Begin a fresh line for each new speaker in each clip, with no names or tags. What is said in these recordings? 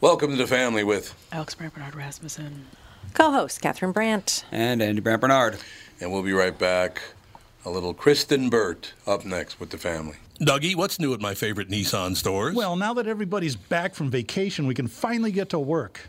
Welcome to the family with,
Alex Brant Bernard Rasmussen.
Co-host Catherine Brandt.
And Andy Brant Bernard.
and we'll be right back. A little Kristen Burt up next with the family. Dougie, what's new at my favorite Nissan stores?
Well, now that everybody's back from vacation, we can finally get to work.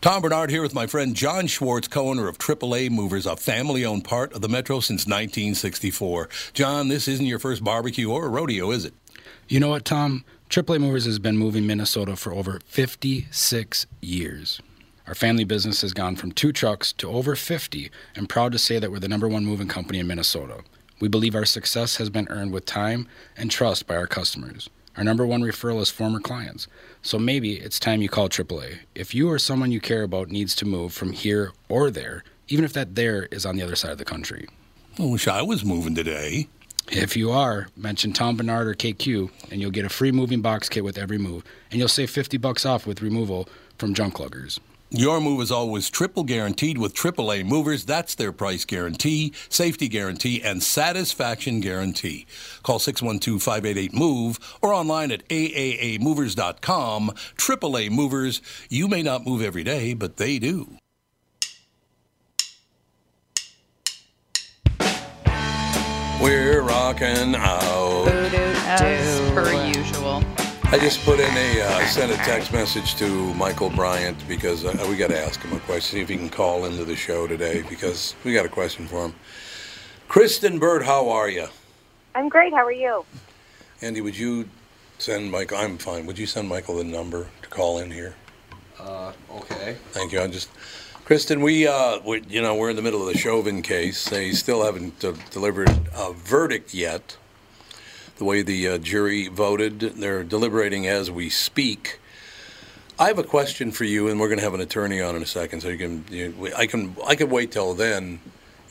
Tom Bernard here with my friend John Schwartz, co owner of AAA Movers, a family owned part of the Metro since 1964. John, this isn't your first barbecue or rodeo, is it?
You know what, Tom? AAA Movers has been moving Minnesota for over 56 years. Our family business has gone from two trucks to over 50, and proud to say that we're the number one moving company in Minnesota. We believe our success has been earned with time and trust by our customers. Our number one referral is former clients. So maybe it's time you call AAA. If you or someone you care about needs to move from here or there, even if that there is on the other side of the country.
I wish I was moving today.
If you are, mention Tom Bernard or KQ, and you'll get a free moving box kit with every move, and you'll save 50 bucks off with removal from junk luggers.
Your move is always triple guaranteed with AAA Movers. That's their price guarantee, safety guarantee, and satisfaction guarantee. Call 612-588-MOVE or online at aaamovers.com. AAA Movers, you may not move every day, but they do. We're rocking out.
As per usual.
I just put in a, uh, I sent a text message to Michael Bryant because uh, we got to ask him a question, see if he can call into the show today because we got a question for him. Kristen Bird, how are you?
I'm great. How are you?
Andy, would you send Michael, I'm fine, would you send Michael the number to call in here?
Okay.
Thank you. I just, Kristen, we, uh, we, you know, we're in the middle of the Chauvin case. They still haven't uh, delivered a verdict yet. The way the uh, jury voted, they're deliberating as we speak. I have a question for you, and we're going to have an attorney on in a second, so you can, you, I can, I can wait till then,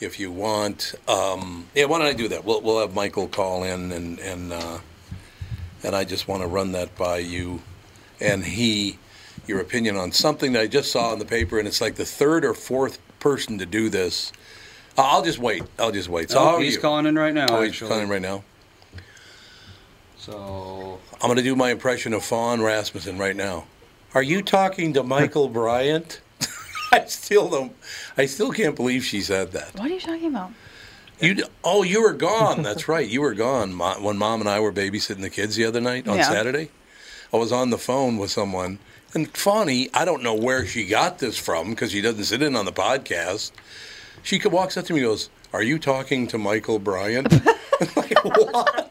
if you want. Um, yeah, why don't I do that? We'll, we'll have Michael call in, and and uh, and I just want to run that by you, and he your opinion on something that I just saw in the paper, and it's like the third or fourth person to do this. I- I'll just wait. I'll just wait. So how are
Oh, he's
you?
calling in right now.
Oh, he's
actually.
calling right now.
So
I'm going to do my impression of Fawn Rasmussen right now. Are you talking to Michael Bryant? I still don't. I still can't believe she said that.
What are you talking about?
You d- oh, you were gone. That's right. You were gone Mo- when mom and I were babysitting the kids the other night on
Yeah.
Saturday. I was on the phone with someone, and Fawny, I don't know where she got this from because she doesn't sit in on the podcast. She co- walks up to me and goes, Are you talking to Michael Bryant?
I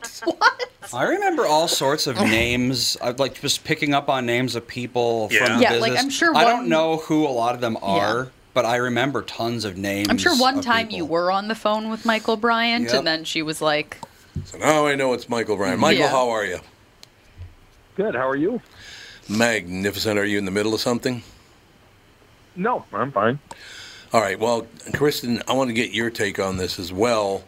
remember all sorts of names. I like just picking up on names of people from the
Yeah,
business.
like, I'm sure
I don't
one-
know who a lot of them are, but I remember tons of names.
I'm sure one
of
time
people.
you were on the phone with Michael Bryant,
Yep.
and then she was like,
So now Oh, I know it's Michael Bryan. Michael,
Yeah.
how are you?
Good. How are you?
Magnificent. Are you in the middle of something?
No, I'm fine.
All right. Well, Kristen, I want to get your take on this as well.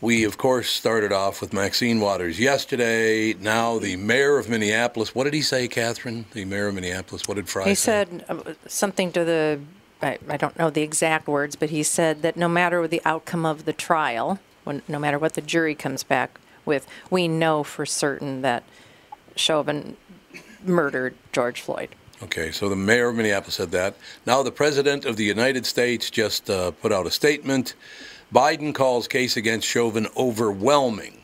We, of course, started off with Maxine Waters yesterday. Now, the mayor of Minneapolis. What did he say, Catherine? The mayor of Minneapolis. What did Fry
He
say?
said uh, something to the, I, I don't know the exact words, but he said that no matter the outcome of the trial, when, no matter what the jury comes back with, we know for certain that Chauvin murdered George Floyd.
Okay, so the mayor of Minneapolis said that. Now, the president of the United States just uh, put out a statement. Biden calls case against Chauvin overwhelming.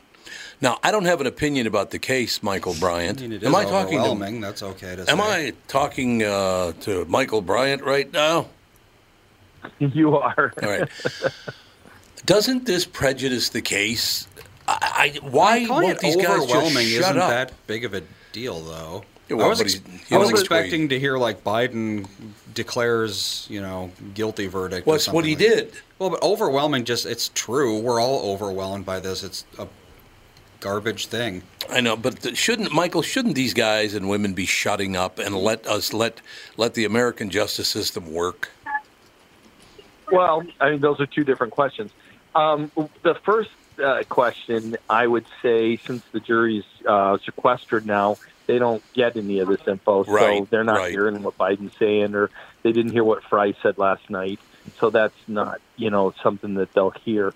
Now, I don't have an opinion about the case, Michael Bryant.
It
Am
is
I talking to?
overwhelming. That's okay to
Am
say.
I talking uh, to Michael Bryant right now?
You are.
All right. Doesn't this prejudice the case? I, I why
Calling
won't
it
these guys just
overwhelming
shut
isn't
up?
that big of a deal, though.
Yeah,
I
well,
was,
but
ex-
he- you
I was
know, it's
expecting to hear like Biden declares, you know, guilty verdict. or
What's what
something
he
like that.
did.
Well, but overwhelming just it's true. We're all overwhelmed by this. It's a garbage thing.
I know, but th- shouldn't Michael? Shouldn't these guys and women be shutting up and let us let let the American justice system work?
Well, I mean, those are two different questions. Um, the first uh, question, I would say, since the jury's uh, sequestered now, they don't get any of this info, so
Right,
they're not
right.
hearing what Biden's saying, or they didn't hear what Fry said last night. So that's not, you know, something that they'll hear.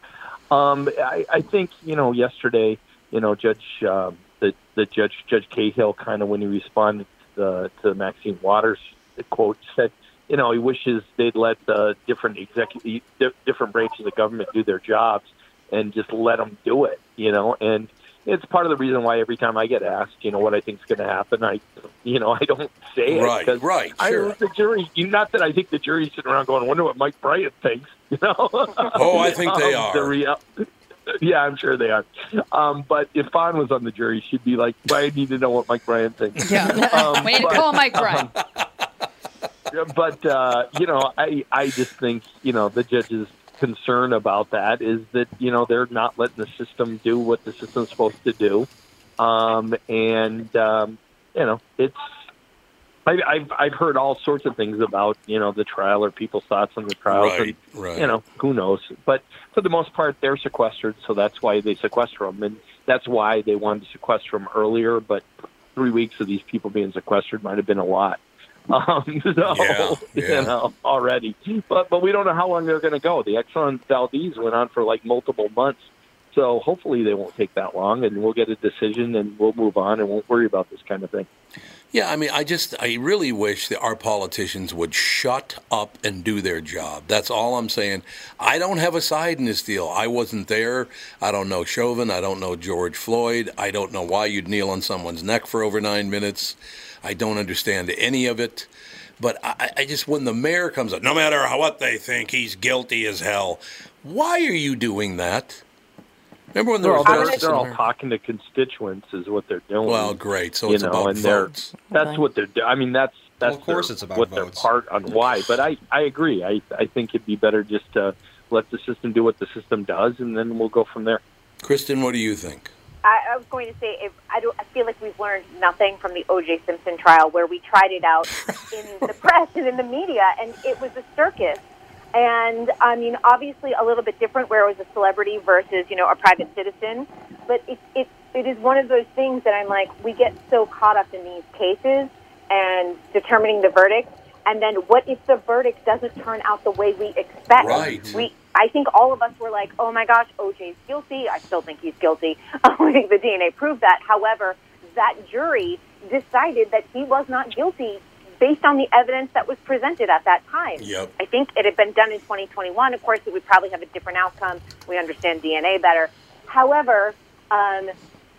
Um, I, I think, you know, yesterday, you know, Judge um the the judge Judge Cahill kind of when he responded to the to Maxine Waters quote said, you know, he wishes they'd let the different executive di- different branches of the government do their jobs and just let them do it, you know, and it's part of the reason why every time I get asked, you know, what I think's going to happen, I, you know, I don't say it
Right,
'cause
right,
I
sure.
think the jury. Not that I think the jury's sitting around going, "Wonder what Mike Bryant thinks," you know.
Oh, I think they
Um, the
are.
real- yeah, I'm sure they are. Um, but if Fawn was on the jury, she'd be like, "Well, I need to know what Mike Bryan thinks." Um,
way to
but-
call Mike Bryant.
But uh, you know, I I just think you know the judge's concern about that is that you know they're not letting the system do what the system's supposed to do, um, and um, you know it's. I, I've I've heard all sorts of things about you know the trial or people's thoughts on the trial and
Right, right.
you know, who knows? But for the most part, they're sequestered, so that's why they sequester them, and that's why they wanted to sequester them earlier. But three weeks of these people being sequestered might have been a lot. Um, so,
Yeah, yeah.
you know, already. But but we don't know how long they're going to go. The Exxon Valdez went on for like multiple months, so hopefully they won't take that long, and we'll get a decision, and we'll move on, and won't worry about this kind of thing.
Yeah, I mean, I just I really wish that our politicians would shut up and do their job. That's all I'm saying. I don't have a side in this deal. I wasn't there. I don't know Chauvin. I don't know George Floyd. I don't know why you'd kneel on someone's neck for over nine minutes. I don't understand any of it. But I, I just when the mayor comes up, no matter how, what they think, he's guilty as hell. Why are you doing that? Remember when there
They're all,
was
they're,
justice
they're
in
all
America?
talking to constituents, is what they're doing.
Well, great. So
you
it's
know,
about
and they're-
votes.
That's
Okay.
what they're. do- I mean, that's that's
Well, of course
their-
it's about
what their
votes.
part on why. But I I agree. I I think it'd be better just to let the system do what the system does, and then we'll go from there.
Kristen, what do you think?
I, I was going to say, if, I, don't, I feel like we've learned nothing from the O.J. Simpson trial, where we tried it out in the press and in the media, and it was a circus. And I mean, obviously, a little bit different, where it was a celebrity versus you know a private citizen. But it it, it is one of those things that I'm like, we get so caught up in these cases and determining the verdict, and then what if the verdict doesn't turn out the way we expect?
Right.
We I think all of us were like, oh my gosh, OJ's guilty. I still think he's guilty. I think the DNA proved that. However, that jury decided that he was not guilty based on the evidence that was presented at that time.
Yep.
I think it had been done in 2021. Of course, it would probably have a different outcome. We understand DNA better. However, um,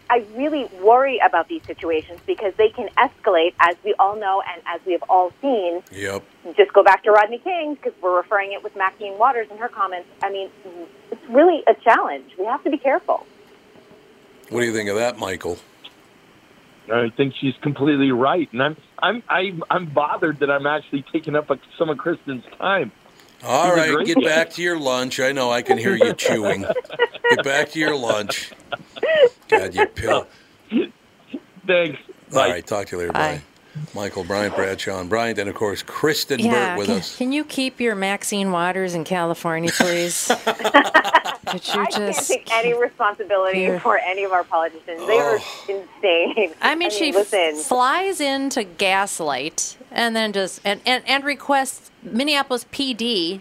I really worry about these situations because they can escalate, as we all know and as we have all seen
Yep.
just go back to Rodney King because we're referring it with Maxine Waters in her comments. I mean, it's really a challenge. We have to be careful.
What do you think of that, Michael?
I think she's completely right, and I'm I'm I'm, I'm bothered that I'm actually taking up some of Kristen's time.
All
She's a
right,
great
get
guest.
back to your lunch. I know I can hear you chewing. Get back to your lunch. God, you
Oh,
pill.
Thanks.
All right, talk to you later. Bye.
Bye.
Michael Bryant, Bradshaw, and Bryant, and of course Kristen
Yeah,
Burt with
can,
us.
can you keep your Maxine Waters in California, please? Could you
I can't
just?
take any responsibility
Yeah.
for any of our politicians. They are insane.
I mean, she
listen.
flies in to gaslight and then just and, and and requests Minneapolis PD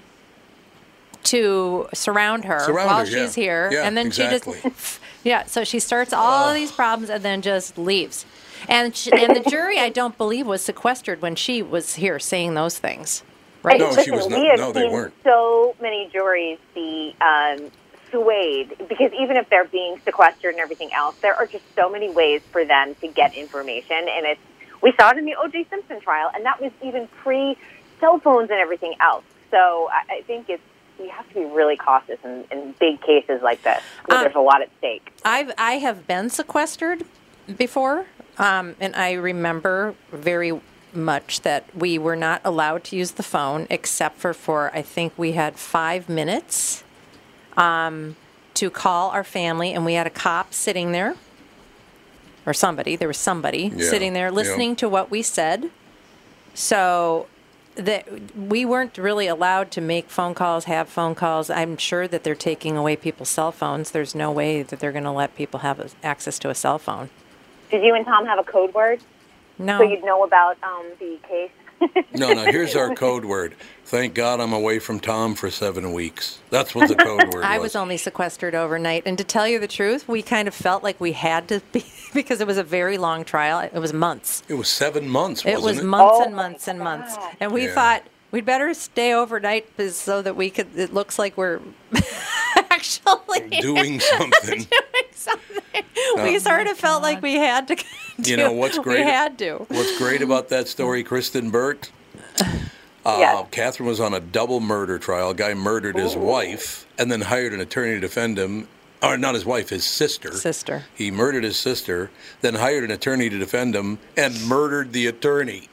to surround her
Surround her,
while
yeah.
she's here,
Yeah,
and then she
exactly.
just yeah. So she starts all of these problems and then just leaves. And she, and the jury, I don't believe, was sequestered when she was here saying those things, right?
And
No, she was
listen,
not-
We have
no, they
seen
weren't.
So many juries be um, swayed because even if they're being sequestered and everything else, there are just so many ways for them to get information, and it's we saw it in the O.J. Simpson trial, and that was even pre cell phones and everything else. So I, I think it's we have to be really cautious in, in big cases like this where
Um,
there's a lot at stake.
I've I have been sequestered before, um, and I remember very much that we were not allowed to use the phone except for for I think we had five minutes um, to call our family, and we had a cop sitting there or somebody. There was somebody
Yeah,
sitting there
yeah.
listening to what we said. So that we weren't really allowed to make phone calls, have phone calls. I'm sure that they're taking away people's cell phones. There's no way that they're going to let people have a- access to a cell phone.
Did you and Tom have a code word
No.
so you'd know about um, the case?
No, no, here's our code word. Thank God I'm away from Tom for seven weeks. That's what the code word
I was only sequestered overnight. And to tell you the truth, we kind of felt like we had to be because it was a very long trial. It was months.
It was seven months,
It
wasn't
was
it?
months
Oh
and
my
months and months.
God.
And we
Yeah.
thought we'd better stay overnight 'cause- so that we could, it looks like we're actually
Doing something. Um,
something. we sort of felt like we had to.
You know what's great?
We had to.
What's great about that story, Kristen Burt? Uh,
Yes.
Catherine was on a double murder trial. A guy murdered his wife and then hired an attorney to defend him. Or not his wife, his sister.
Sister.
He murdered his sister, then hired an attorney to defend him, and murdered the attorney.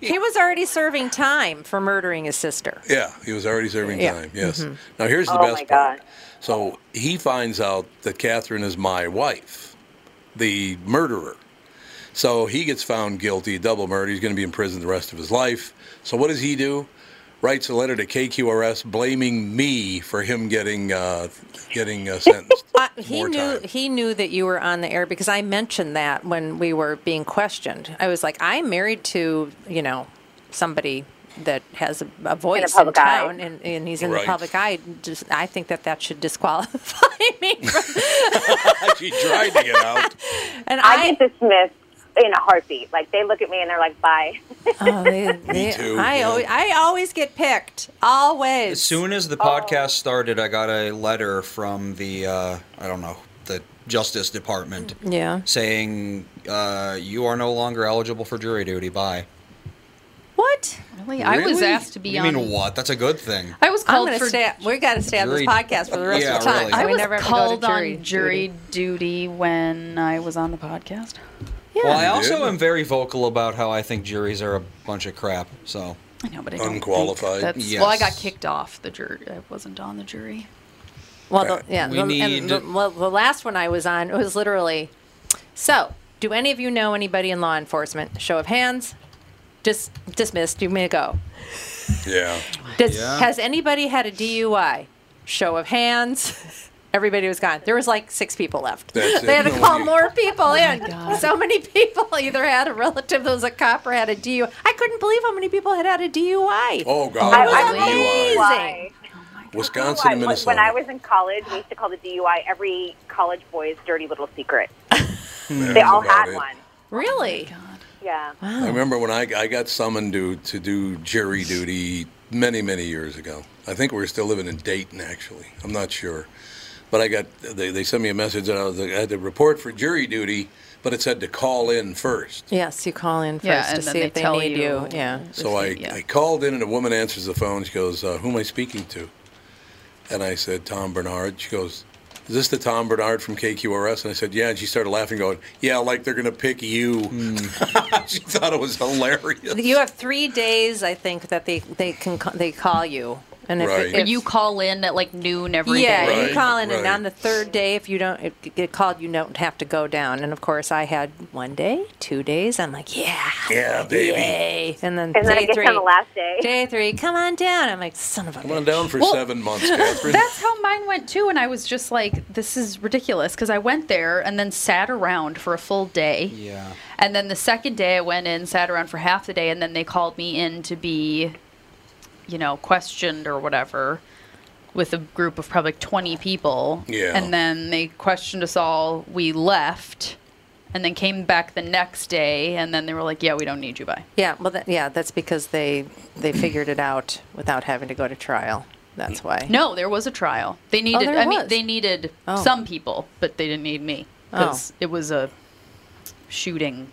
He was already serving time for murdering his sister.
Yeah, he was already serving
Yeah. Mm-hmm.
time. Yes. Now here's the
Oh,
best
my
part.
God.
So he finds out that Catherine is my wife, the murderer. So he gets found guilty, double murder. He's going to be in prison the rest of his life. So what does he do? Writes a letter to KQRS blaming me for him getting uh, getting uh, sentenced.
Uh, he
More
knew
time.
he knew that you were on the air because I mentioned that when we were being questioned. I was like, I'm married to you know somebody that has a, a voice in,
public eye.
town, and, and he's in
Right.
the public eye. Just I think that that should disqualify me. From,
she tried to get out.
and
I get dismissed in a heartbeat. Like they look at me and they're like, "Bye."
oh, they, they-
too,
I
yeah.
always, I always get picked. Always.
As soon as the podcast started, I got a letter from the uh, I don't know the Justice Department
Mm,
yeah.
saying uh, you are no longer eligible for jury duty. Bye.
What?
Really? I was
Really?
asked to be
you
on.
mean what? That's a good thing.
I was
I'm
called
gonna
for.
stay. We got to stay on this
Jury-
podcast for the rest
Yeah,
of the time.
really.
so
I
we
was
never have to go to
called
jury
on jury duty when I was on the podcast.
Well, I
You
also
did?
am very vocal about how I think juries are a bunch of crap. So
I know, but I don't think
Unqualified.
That's, Well, I got
Yes.
kicked off the jury. I uh, wasn't on the jury.
Well, the, yeah,
We
the,
need-
and the, well, the last one I was on it was literally. So, do any of you know anybody in law enforcement? Show of hands. Just dismissed. You may go.
Yeah.
Does,
Yeah.
Has anybody had a DUI? Show of hands. Everybody was gone. There was like six people left.
That's
they
it.
had to
No
call
one- e-
more people in.
Oh God.
So many people either had a relative that was a cop or had a DUI. I couldn't believe how many people had had a DUI.
Oh God.
I was
that's
amazed.
DUI.
Why?
Wisconsin and
Why?
Minnesota.
When I was in college, we used to call the DUI every college boy's dirty little secret. they all
about
had
it.
one.
Really?
Yeah.
I remember when I, I got summoned to, to do jury duty many, many years ago. I think we were still living in Dayton, actually. I'm not sure. But I got, they, they sent me a message that I, was, I had to report for jury duty, but it said to call in first.
Yes, you call in first
Yeah,
to
and then
see
they
if they
tell
need
you-
you. Yeah.
So I,
Yeah.
I called in, and a woman answers the phone. She goes, uh, Who am I speaking to? And I said, Tom Bernard. She goes, is this the Tom Bernard from KQRS? And I said, yeah. And she started laughing, going, yeah, like they're going to pick you. she thought it was hilarious.
You have three days, I think, that they they can ca- they call you, and if,
Right.
if-
Or you call in at like noon every day.
yeah,
Right,
you call in, and
right.
on the third day, if you don't it- get called, you don't have to go down. And of course, I had one day, two days. I'm like, yeah,
Yeah, baby.
yay, and then
And
day
then I guess
three,
on the last day.
day three, come on down. I'm like, son of a.
Come on
bitch.
down for
Well,
seven months, Catherine.
That's how mine went too, and I was just like, "This is ridiculous." Because I went there and then sat around for a full day.
Yeah.
And then the second day, I went in, sat around for half the day, and then they called me in to be, you know, questioned or whatever, with a group of probably like twenty people.
Yeah.
And then they questioned us all. We left, and then came back the next day, and then they were like, "Yeah, we don't need you by."
Yeah, well, that, yeah, that's because they they figured it out without having to go to trial. That's why.
No, there was a trial. They needed.
Eh? Oh, there
I mean,
was.
they needed
Oh.
some people, but they didn't need me because it was a shooting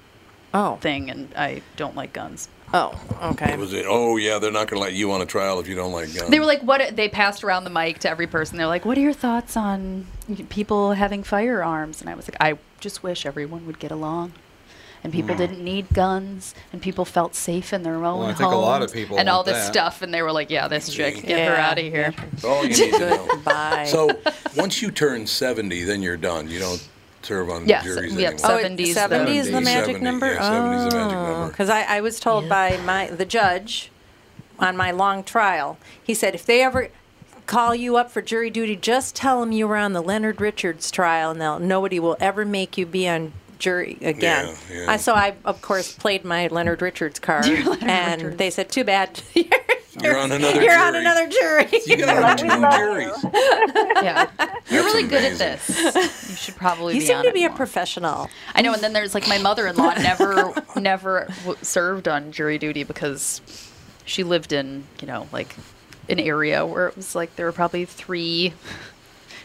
Oh.
thing, and I don't like guns.
Oh. Okay.
It was it. Oh yeah, they're not going to let you on a trial if you don't like guns.
They were like, "What?" They passed around the mic to every person. They're like, "What are your thoughts on people having firearms?" And I was like, "I just wish everyone would get along." And people
Hmm.
didn't need guns, and people felt safe in their own
I think a lot of
homes
people
and all
want
this
that.
stuff. And they were like, "Yeah, this chick, get her
Yeah.
out of here."
That's all you need to know.
Goodbye.
So once you turn seventy, then you're done. You don't serve on
Yes,
juries
yep,
anymore.
so-
Oh, it-
70s,
70 is the
70s,
magic
70,
number.
yeah, 70 is the magic number.
Because I, I was told by my the judge on my long trial, he said if they ever call you up for jury duty, just tell them you were on the Leonard Richards trial, and they'll, nobody will ever make you be on jury again.
Yeah, yeah.
I, so I of course played my Leonard Richards card, and they said too bad you're,
you're on another.
Oh. you're
jury.
on another jury.
You got on two juries.
Yeah, you're really good at
amazing.
this. You should probably.
you
be
seem
on
to
it
be a
more.
professional.
I know, and then there's like my mother-in-law never never w- served on jury duty because she lived in you know like an area where it was like there were probably three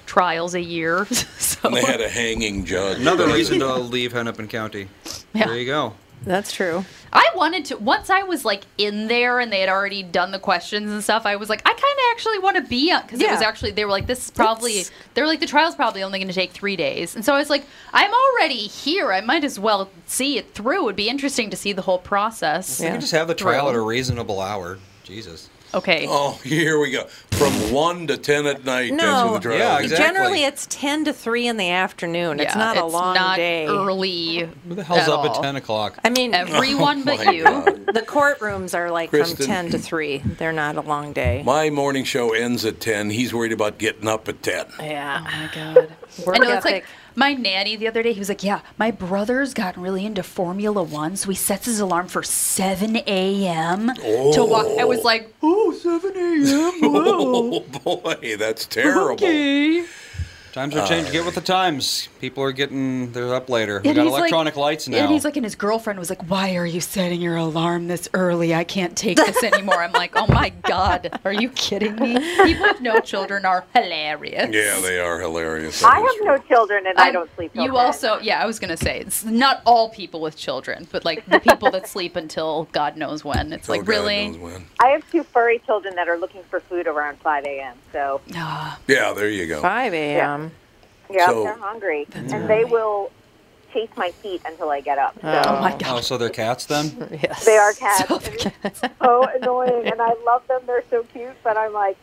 trials a year. so
And they had a hanging judge.
Another reason to leave Hennepin County.
Yeah.
There you go.
That's true.
I wanted to once I was like in there and they had already done the questions and stuff. I was like, I kind of actually want to be on because it was
Yeah.
actually they were like, this is probably
It's-
they were like the trial's probably only going to take three days, and so I was like, I'm already here. I might as well see it through. It would be interesting to see the whole process.
You
Yeah.
can just have the trial at a reasonable hour. Jesus.
Okay.
Oh, here we go. From one to ten at night. that's when
No.
the trial
Yeah,
is.
exactly.
Generally, it's ten to three in the afternoon. it's
Yeah,
not a long
not
day.
Early.
Who the hell's
at
up
all.
at 10 o'clock?
I mean,
Everyone but
My
you.
God.
the courtrooms are like
Kristen.
from 10 to 3. They're not a long day.
My morning show ends at ten. He's worried about getting up at ten.
Yeah.
my god.
Work
I know it's
ethic.
like my nanny the other day, he was like, Yeah, my brother's gotten really into Formula One, so he sets his alarm for seven AM to walk I was like,
Oh, 7 a.m. oh boy, that's terrible.
Times are changing. Get with the times. People are getting, they're up later. We
and
got
he's like-
electronic lights now.
And he's like, and his girlfriend was like, Why are you setting your alarm this early? I can't take this anymore. I'm like, Oh my God, are you kidding me? People with no children are hilarious.
Yeah, they are hilarious.
I have no children and I, don't sleep. till
You
10.
also, yeah, I was gonna say it's not all people with children, but like the people that sleep until God knows when. It's
Oh,
like
God
really,
knows when.
I have two furry children that are looking for food around 5 a.m. So,
Ah,
Yeah, there you go.
5 a.m.
yeah,
So-
they're hungry. And they will chase my feet until I get up. So,
oh my God.
oh, so they're cats then?
Yes.
they are cats. and it's so annoying. And I love them. They're so cute. But I'm like,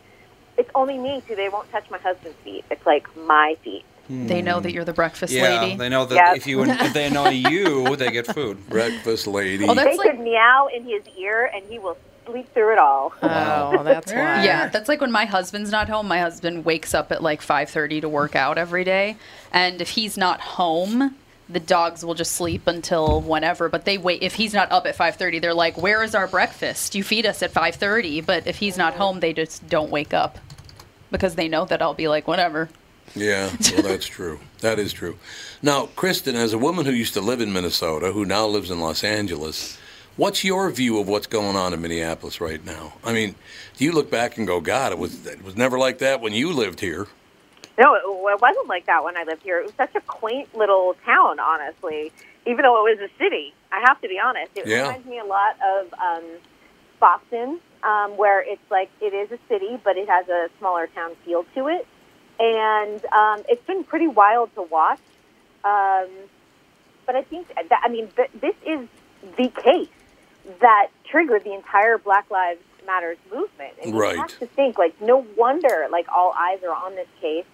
it's only me too. They won't touch my husband's feet. It's like my feet.
They know that you're the breakfast
Yeah,
lady.
they know that
Yes.
if you if they annoy you, they get food.
Breakfast lady.
Oh, that-
They
That's
could meow in his ear and he will sleep through it all.
Oh, that's why.
yeah, that's like when my husband's not home. My husband wakes up at like 5:30 to work out every day, and if he's not home, the dogs will just sleep until whenever. But they wait. If he's not up at 5:30, they're like, "Where is our breakfast? You feed us at 5:30." But if he's not home, they just don't wake up because they know that I'll be like, "Whatever."
Yeah, well, that's true. That is true. Now, Kristen, as a woman who used to live in Minnesota, who now lives in Los Angeles, what's your view of what's going on in Minneapolis right now? I mean, do you look back and go, God, it was it was never like that when you lived here?
No, it, it wasn't like that when I lived here. It was such a quaint little town, honestly. Even though it was a city, I have to be honest. It
Yeah.
reminds me a lot of um, Boston, um, where it's like it is a city, but it has a smaller town feel to it. and um, it's been pretty wild to watch. Um, but I think that I mean th- this is the case that triggered the entire Black Lives Matters movement. And
Right.
You have to think like no wonder like all eyes are on this case,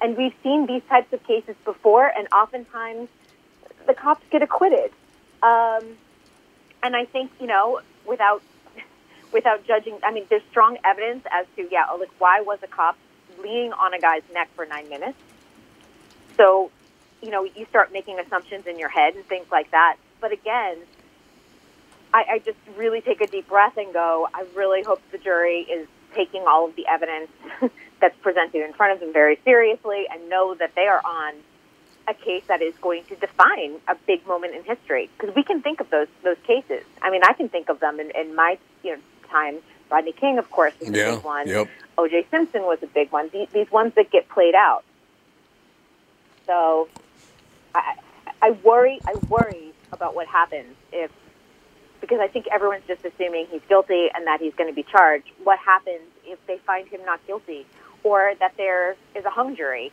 and we've seen these types of cases before, and oftentimes the cops get acquitted. Um, and I think you know without without judging. I mean, there's strong evidence as to yeah, like why was a cop leaning on a guy's neck for nine minutes? So, you know, you start making assumptions in your head and things like that. But again, I, I just really take a deep breath and go. I really hope the jury is taking all of the evidence that's presented in front of them very seriously and know that they are on a case that is going to define a big moment in history because we can think of those those cases. I mean, I can think of them in, in my you know time. Rodney King, of course, was a
Yeah,
big one.
yep.
O.J. Simpson was a big one. These, these ones that get played out. So, I, I worry. I worry about what happens if because I think everyone's just assuming he's guilty and that he's going to be charged. What happens if they find him not guilty or that there is a hung jury?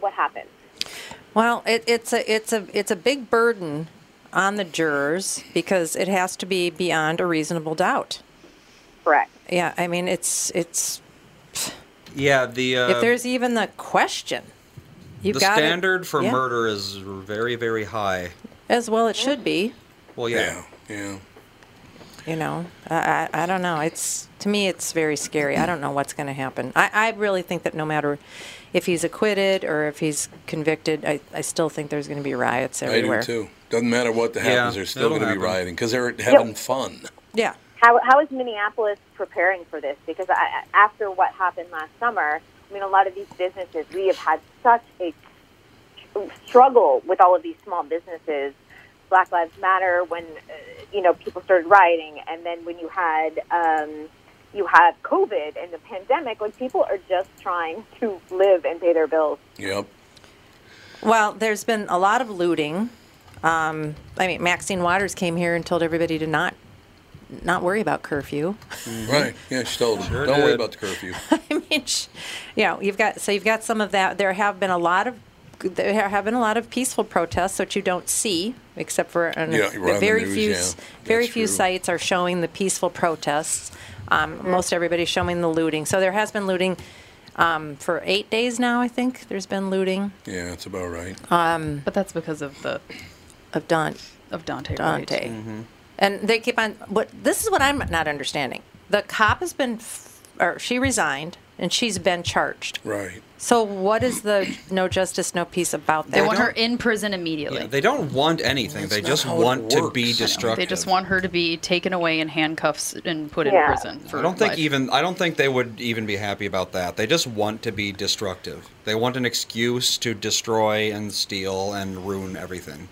What happens?
Well, it, it's a it's a it's a big burden on the jurors because it has to be beyond a reasonable doubt.
Correct.
Yeah, I mean it's it's
Yeah, the uh,
if there's even the question, you've
the
got it-
standard for
yeah,
murder is very very high.
as well. It should be.
Well, yeah.
Yeah.
You know, I, I I don't know. It's to me, it's very scary. I don't know what's going to happen. I, I really think that no matter if he's acquitted or if he's convicted, I, I still think there's going to be riots everywhere.
I do too. Doesn't matter what the happens,
Yeah,
they're still
it'll
going to be
happen.
rioting because they're having fun.
Yeah.
How, how is Minneapolis preparing for this? Because I, I- after what happened last summer, I mean, a lot of these businesses, we have had such a struggle with all of these small businesses. Black Lives Matter, when uh, you know people started rioting, and then when you had um, you had COVID and the pandemic, like people are just trying to live and pay their bills.
Yep.
Well, there's been a lot of looting. Um, I mean, Maxine Waters came here and told everybody to not not worry about curfew.
Right. Yeah, she told them.
Mm-hmm. Sure
Don't worry
did.
about the curfew.
I mean, sh you know, you've got so you've got some of that. There have been a lot of there have been a lot of peaceful protests that you don't see, except for on a-
Yeah, you're on the
very
news,
few
yeah.
s- very
That's
few
true.
sites are showing the peaceful protests. Um, Most everybody's showing the looting. So there has been looting um, for eight days now. I think there's been looting Um,
Yeah, that's about right.
But that's because of the
of Don
of Dante. right?
Dante.
Mm-hmm.
And they keep on. What this is what I'm not understanding. The cop has been, f- or she resigned, and she's been charged.
right.
So what is the no justice, no peace about that?
They want her in prison immediately.
Yeah, they don't want anything. They
not
just
how it
want to
works. I
be
know. They just
destructive.
They just want her to be taken away in handcuffs and put in
Yeah.
prison. For
I don't think
life.
even I don't think they would even be happy about that. They just want to be destructive. They want an excuse to destroy and steal and ruin everything.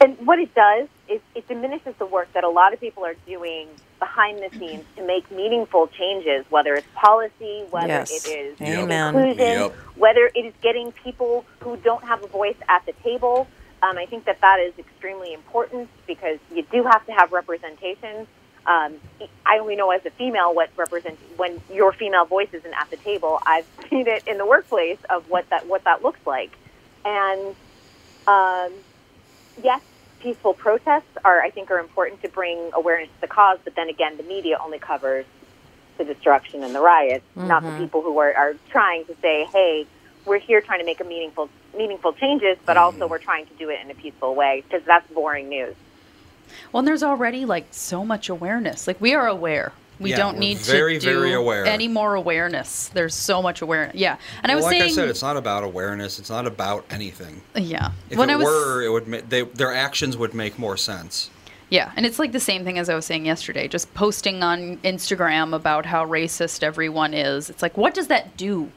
And what it does is it diminishes the work that a lot of people are doing behind the scenes to make meaningful changes, whether it's policy, whether
Yes.
it is
Yep.
Amen.
inclusion,
Yep.
whether it is getting people who don't have a voice at the table. Um, I think that that is extremely important because you do have to have representation. Um, I only know as a female what represent when your female voice isn't at the table. I've seen it in the workplace of what that what that looks like, and um, yes, peaceful protests are I think are important to bring awareness to the cause. But then again, the media only covers the destruction and the riots, not the people who are, are trying to say, "Hey, we're here trying to make a meaningful meaningful changes, but
Mm-hmm.
also we're trying to do it in a peaceful way," because that's boring news.
Well, and there's already like so much awareness. Like we are aware. We
Yeah,
don't
we're
need
very,
to do
very aware.
any more awareness. There's so much awareness. Yeah, and I was
Well, like
saying,
I said, it's not about awareness. It's not about anything.
yeah,
If
when
it
I was,
were, it would ma- they, their actions would make more sense.
yeah, and it's like the same thing as I was saying yesterday. Just posting on Instagram about how racist everyone is. It's like, what does that do?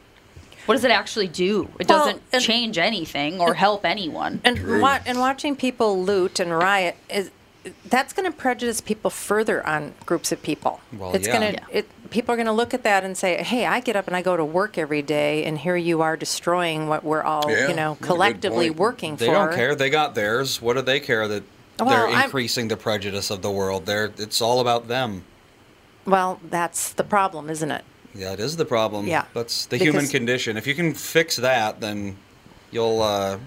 What does it actually do? It
Well,
doesn't
and-
change anything or help anyone.
And wa- and watching people loot and riot is that's going to prejudice people further on groups of people.
Well,
it's
yeah.
going
Yeah.
to it, people are going to look at that and say, "Hey, I get up and I go to work every day, and here you are destroying what we're all
Yeah,
you know
that's a good
collectively
point.
working
They
for."
don't care. They got theirs. What do they care that
Well,
they're
I'm-
increasing the prejudice of the world? They're, it's all about them.
Well, that's the problem, isn't it?
Yeah, it is the problem.
Yeah.
That's the
Because-
human condition. If you can fix that, then you'll uh,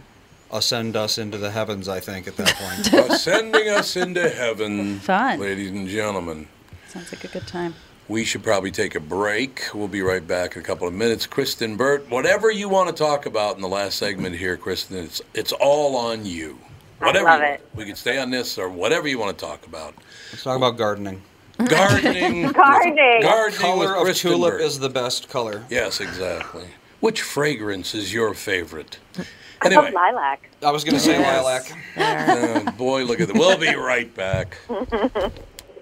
ascend us into the heavens, I think, at that point.
Ascending us into heaven,
Fun.
ladies and gentlemen.
Sounds like a good time.
We should probably take a break. We'll be right back in a couple of minutes. Kristen Burt, whatever you want to talk about in the last segment here, Kristen, it's it's all on you.
I
Whatever
love
you
it.
want. we can stay on this or whatever you want to talk about.
Let's talk about gardening.
Gardening. with-
Gardening.
Gardening
Color
with
of
Kristen
tulip
Burt.
is the best color.
Yes, exactly. Which fragrance is your favorite?
I
Anyway,
love lilac.
I was going to say
Yes.
lilac.
uh, boy, look at that. We'll be right back.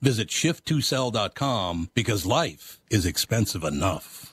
Visit shift2sell.com because life is expensive enough.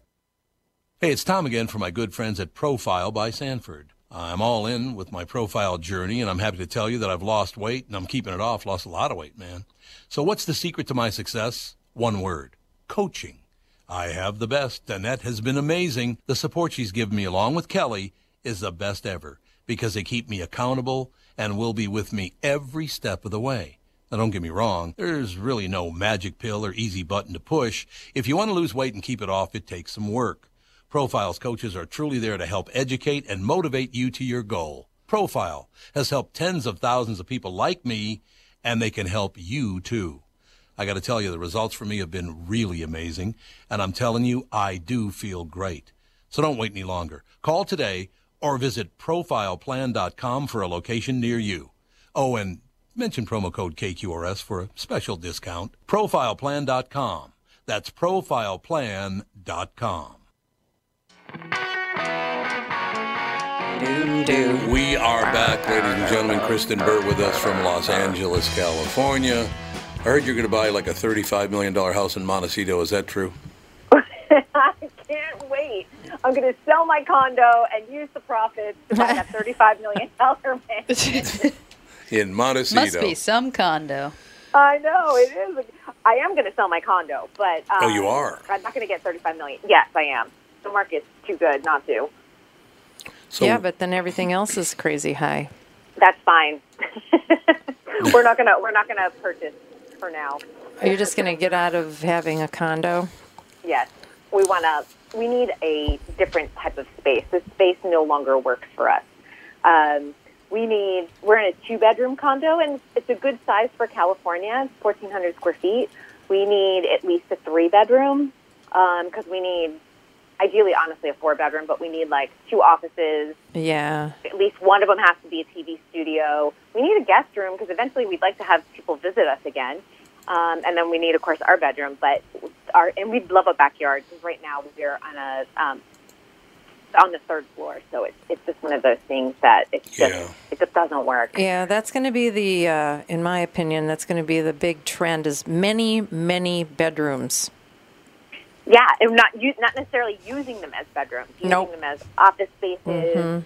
Hey, it's Tom again for my good friends at Profile by Sanford. I'm all in with my profile journey, and I'm happy to tell you that I've lost weight and I'm keeping it off. Lost a lot of weight, man. So, what's the secret to my success? One word coaching. I have the best. Annette has been amazing. The support she's given me, along with Kelly, is the best ever because they keep me accountable and will be with me every step of the way. Now, don't get me wrong, there's really no magic pill or easy button to push. If you want to lose weight and keep it off, it takes some work. Profile's coaches are truly there to help educate and motivate you to your goal. Profile has helped tens of thousands of people like me, and they can help you too. I got to tell you, the results for me have been really amazing, and I'm telling you, I do feel great. So don't wait any longer. Call today or visit profileplan.com for a location near you. Oh, and mention promo code KQRS for a special discount. Profileplan.com. That's profileplan.com.
We are back, ladies and gentlemen. Kristen Burt with us from Los Angeles, California. I heard you're going to buy like a $35 million house in Montecito. Is that true?
I can't wait. I'm going to sell my condo and use the profits to buy that $35 million man.
In Montecito.
Must be some condo.
I know it is. I am going to sell my condo, but um,
Oh, you are?
I'm not going to get 35 million. Yes, I am. The market's too good not to.
So,
yeah, but then everything else is crazy high.
That's fine. we're not going to. We're not going to purchase for now.
Are you just going to get out of having a condo?
Yes, we want to. We need a different type of space. This space no longer works for us. Um, we need. We're in a two-bedroom condo, and it's a good size for California. It's fourteen hundred square feet. We need at least a three-bedroom because we need, ideally, honestly, a four-bedroom. But we need like two offices.
Yeah.
At least one of them has to be a TV studio. We need a guest room because eventually we'd like to have people visit us again. Um, and then we need, of course, our bedroom. But our and we'd love a backyard. 'cause Right now we're on a um, on the third floor, so it's it's just one of those things that it's just
Yeah.
it just doesn't work.
Yeah, that's going to be the, uh, in my opinion, that's going to be the big trend is many, many bedrooms.
Yeah, and not u- not necessarily using them as bedrooms, using
Nope. Mm-hmm.
them as office spaces.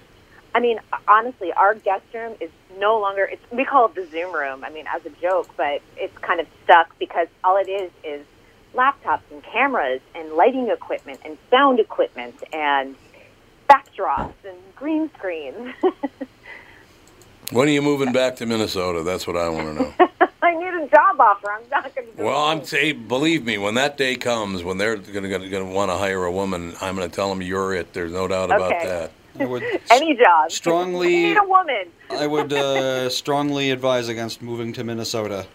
I mean, honestly, our guest room is no longer. It's we call it the Zoom room. I mean, as a joke, but it's kind of stuck because all it is is laptops and cameras and lighting equipment and sound equipment and backdrops and green screens.
when are you moving back to Minnesota? That's what I want to know.
I need a job offer. I'm not going to.
Well, I'm say, believe me, when that day comes, when they're going to want to hire a woman, I'm going to tell them you're it. There's no doubt about
Okay.
that.
I would,
any job.
Strongly-
I need a woman.
I would uh, strongly advise against moving to Minnesota.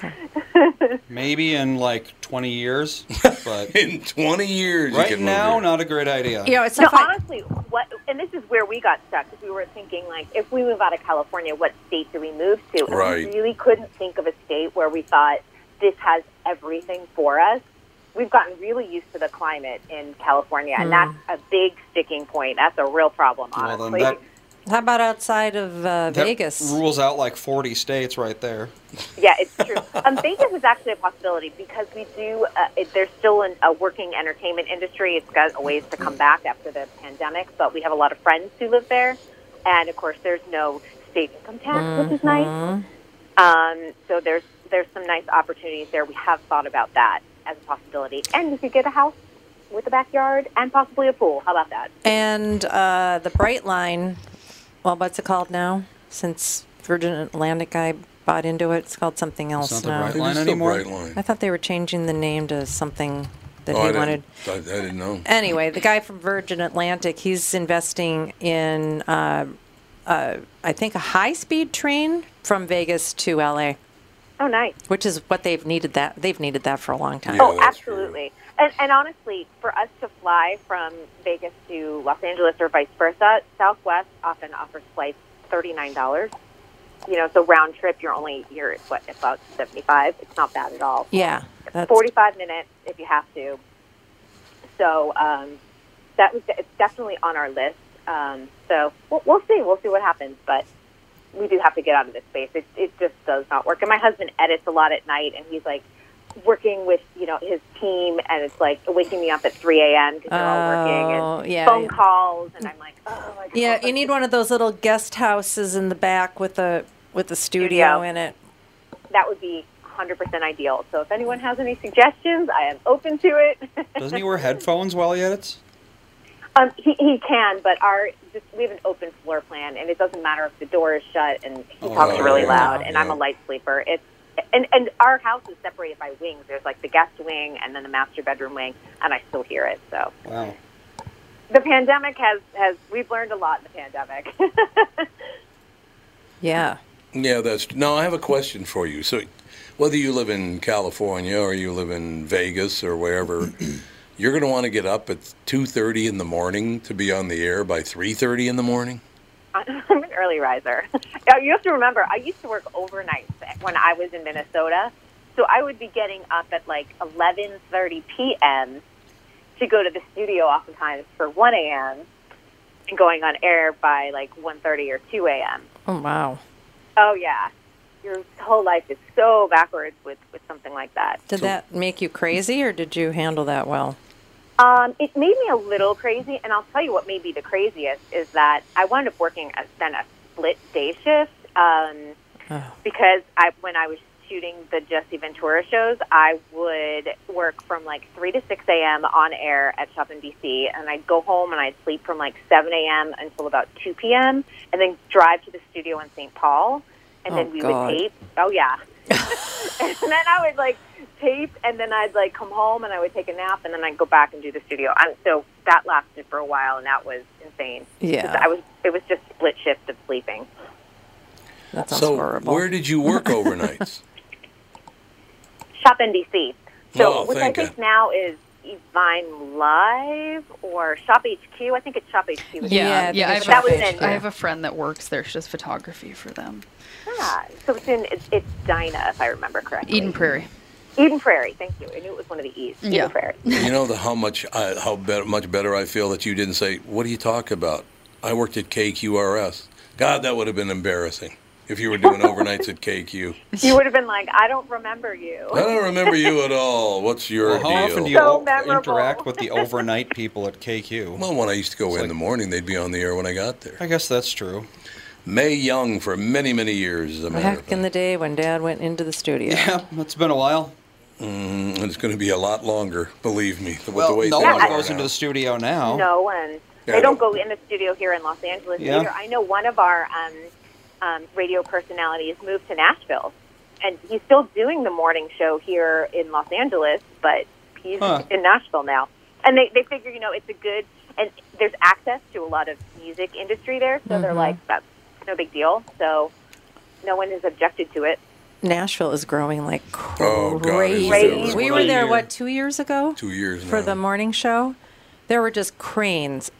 good.
Maybe in like 20 years, but
in 20 years, you
right
can move
now,
here.
not a great idea.
You know, it's
no,
not fi-
honestly, what and this is where we got stuck because we were thinking like, if we move out of California, what state do we move to? And
Right.
We really couldn't think of a state where we thought this has everything for us. We've gotten really used to the climate in California,
Hmm.
and that's a big sticking point. That's a real problem,
Well,
honestly.
then that,
How about outside of uh,
that
Vegas?
rules out like 40 states right there.
Yeah, it's true. um, Vegas is actually a possibility because we do. Uh, it, there's still an, a working entertainment industry. It's got a ways to come back after the pandemic, but we have a lot of friends who live there, and of course, there's no state income tax, which is
Mm-hmm.
nice. Um, so there's there's some nice opportunities there. We have thought about that as a possibility, and we could get a house with a backyard and possibly a pool. How about that?
And uh, the Bright Line, well, what's it called now? Since Virgin Atlantic guy bought into it, it's called something else
not the
now.
Bright
It is
Line
still
anymore?
Bright line.
I thought they were changing the name to something that
Oh, I
he
didn't-
wanted.
I, I didn't know.
Anyway, the guy from Virgin Atlantic, he's investing in, uh, uh, I think, a high-speed train from Vegas to LA,
Oh, nice.
which is what they've needed. That they've needed that for a long time.
Yeah,
oh,
that's true.
absolutely. And, and honestly, for us to fly from Vegas to Los Angeles or vice versa, Southwest often offers flights thirty nine dollars. You know, so round trip, you're only you're at what about seventy five. It's not bad at all.
Yeah, that's,
forty five minutes if you have to. So um, that was it's definitely on our list. Um, so we'll, we'll see. We'll see what happens, but. We do have to get out of this space. It, it just does not work. And my husband edits a lot at night, and he's like, working with you know his team, and it's like waking me up at 3 a.m. because they're all
Oh,
working and
yeah,
phone
yeah.
calls, and I'm like, oh, I just
Yeah,
want
you need one of those little guest houses in the back with a with a studio
Studio.
in it.
that would be 100% ideal. So if anyone has any suggestions, I am open to it.
Doesn't he wear headphones while he edits?
um, he, he can, but our just, we have an open floor plan, and it doesn't matter if the door is shut and he
Oh,
talks
right,
really
right,
loud,
yeah,
and I'm a
yeah.
light sleeper. It's and and our house is separated by wings. There's like the guest wing and then the master bedroom wing, and I still hear it. So.
Wow.
the pandemic has has we've learned a lot in the pandemic.
Yeah.
Yeah, that's. Now, I have a question for you. So, whether you live in California or you live in Vegas or wherever, you're going to want to get up at 2:30 in the morning to be on the air by 3:30 in the morning.
I'm an early riser. Now, You have to remember, I used to work overnight when I was in Minnesota, so I would be getting up at like 11:30 p.m. to go to the studio, oftentimes for 1 a.m. and going on air by like 1:30 or 2 a.m.
Oh wow.
Oh yeah, your whole life is so backwards with with something like that.
Did that make you crazy, or did you handle that well?
Um, it made me a little crazy, and I'll tell you what made me the craziest is that I wound up working a, then a split day shift um,
Oh.
because I, when I was shooting the Jesse Ventura shows, I would work from like three to six a.m. on air at Shop in BC, and I'd go home and I'd sleep from like seven a.m. until about two p.m., and then drive to the studio in St. Paul, and
Oh,
then we
God.
would tape. Oh yeah, and then I would like tape, and then I'd like come home and I would take a nap, and then I'd go back and do the studio. And so that lasted for a while, and that was insane.
Yeah.
'Cause I was. It was just split shift of sleeping.
That sounds
so,
horrible.
where did you work overnights?
Shop NBC. So
Oh,
which I
thank
think
you.
now is Vine Live or Shop HQ. I think it's Shop HQ. is
Yeah, I
Yeah, yeah.
think
I, have
it's
That
a,
was
Shop
in-
I have a friend that works there. She does photography for them.
Yeah. So it's in it's, it's Dinah, if I remember correctly.
Eden Prairie.
Eden Prairie. Thank you. I knew it was one of the E's.
Yeah.
Eden Prairie.
you know the, how much I, how bet much better I feel that you didn't say, "What are you talking about?" I worked at KQRS. God, that would have been embarrassing if you were doing overnights at KQ.
you would have been like, I don't remember you.
I don't remember you at all. What's your
Well, how
deal?
often do you
So
o-
memorable.
interact with the overnight people at KQ?
Well, when I used to go in
like-
the morning, they'd be on the air when I got there.
I guess that's true.
May Young for many, many years. As a matter of
Back in the
fact.
day when Dad went into the studio.
Yeah, it's been a while.
Mm, and it's going to be a lot longer, believe me. the- with the
Well,
way
no
things
one
are
goes
now.
into the studio now.
No one.
Yeah,
They don't go in the studio here in Los Angeles
Yeah.
either. I know one of our um, um, radio personalities moved to Nashville, and he's still doing the morning show here in Los Angeles, but he's
Huh.
in Nashville now. And they, they figure, you know, it's a good, and there's access to a lot of music
Mm-hmm.
industry there, so they're like, that's no big deal. So no one has objected to it.
Nashville is growing like
Oh, God,
crazy.
it's-
we were there what two years ago?
Two years
for
now.
the morning show. There were just cranes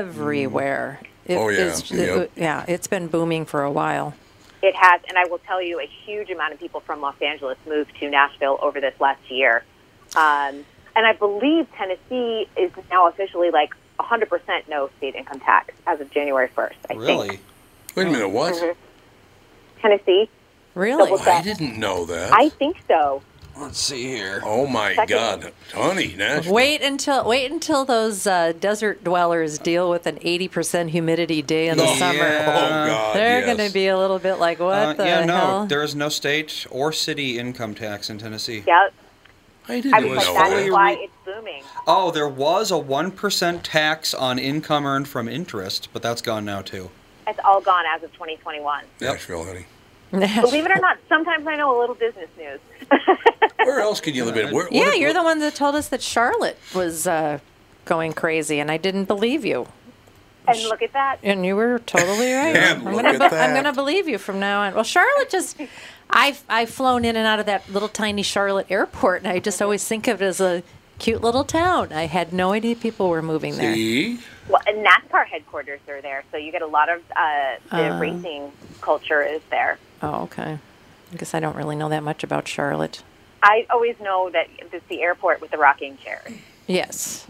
everywhere.
Oh, yeah.
It's,
Yep.
yeah, it's been booming for a while.
It has, and I will tell you, a huge amount of people from Los Angeles moved to Nashville over this last year. Um, and I believe Tennessee is now officially like 100% no state income tax as of January 1st. I Think.
Really? Wait a minute, what?
Mhm. Tennessee?
Really?
I didn't know that.
I think so.
Let's see here. Oh my
Second.
God, honey, Nashville.
Wait until wait until those uh, desert dwellers deal with an eighty percent humidity day in the
No.
summer.
Yeah. Oh,
Uh,
God,
Uh, They're
yes.
going to be a little bit like what
Uh,
the
yeah, no,
hell?
there is no state or city income tax in Tennessee.
Yeah.
I
I was like, that's why it's booming.
Oh, there was a 1% tax on income earned from interest, but that's gone now too.
It's all gone as of 2021.
Nashville, honey.
Believe it or not, sometimes I know a little business news.
Where else can you live in? Where,
yeah,
what-
you're the one that told us that Charlotte was uh, going crazy, and I didn't believe you.
And look at that.
And you were totally right.
And
I'm
look
gonna,
at
be- I'm
that.
gonna believe you from now on. Well, Charlotte just, I've I've flown in and out of that little tiny Charlotte airport, and I just always think of it as a cute little town. I had no idea people were moving there.
See?
Well, and NASCAR headquarters are there, so you get a lot of uh, the
Uh.
racing culture is there.
Oh, okay. I guess I don't really know that much about Charlotte.
I always know that it's the airport with the rocking chairs.
Yes.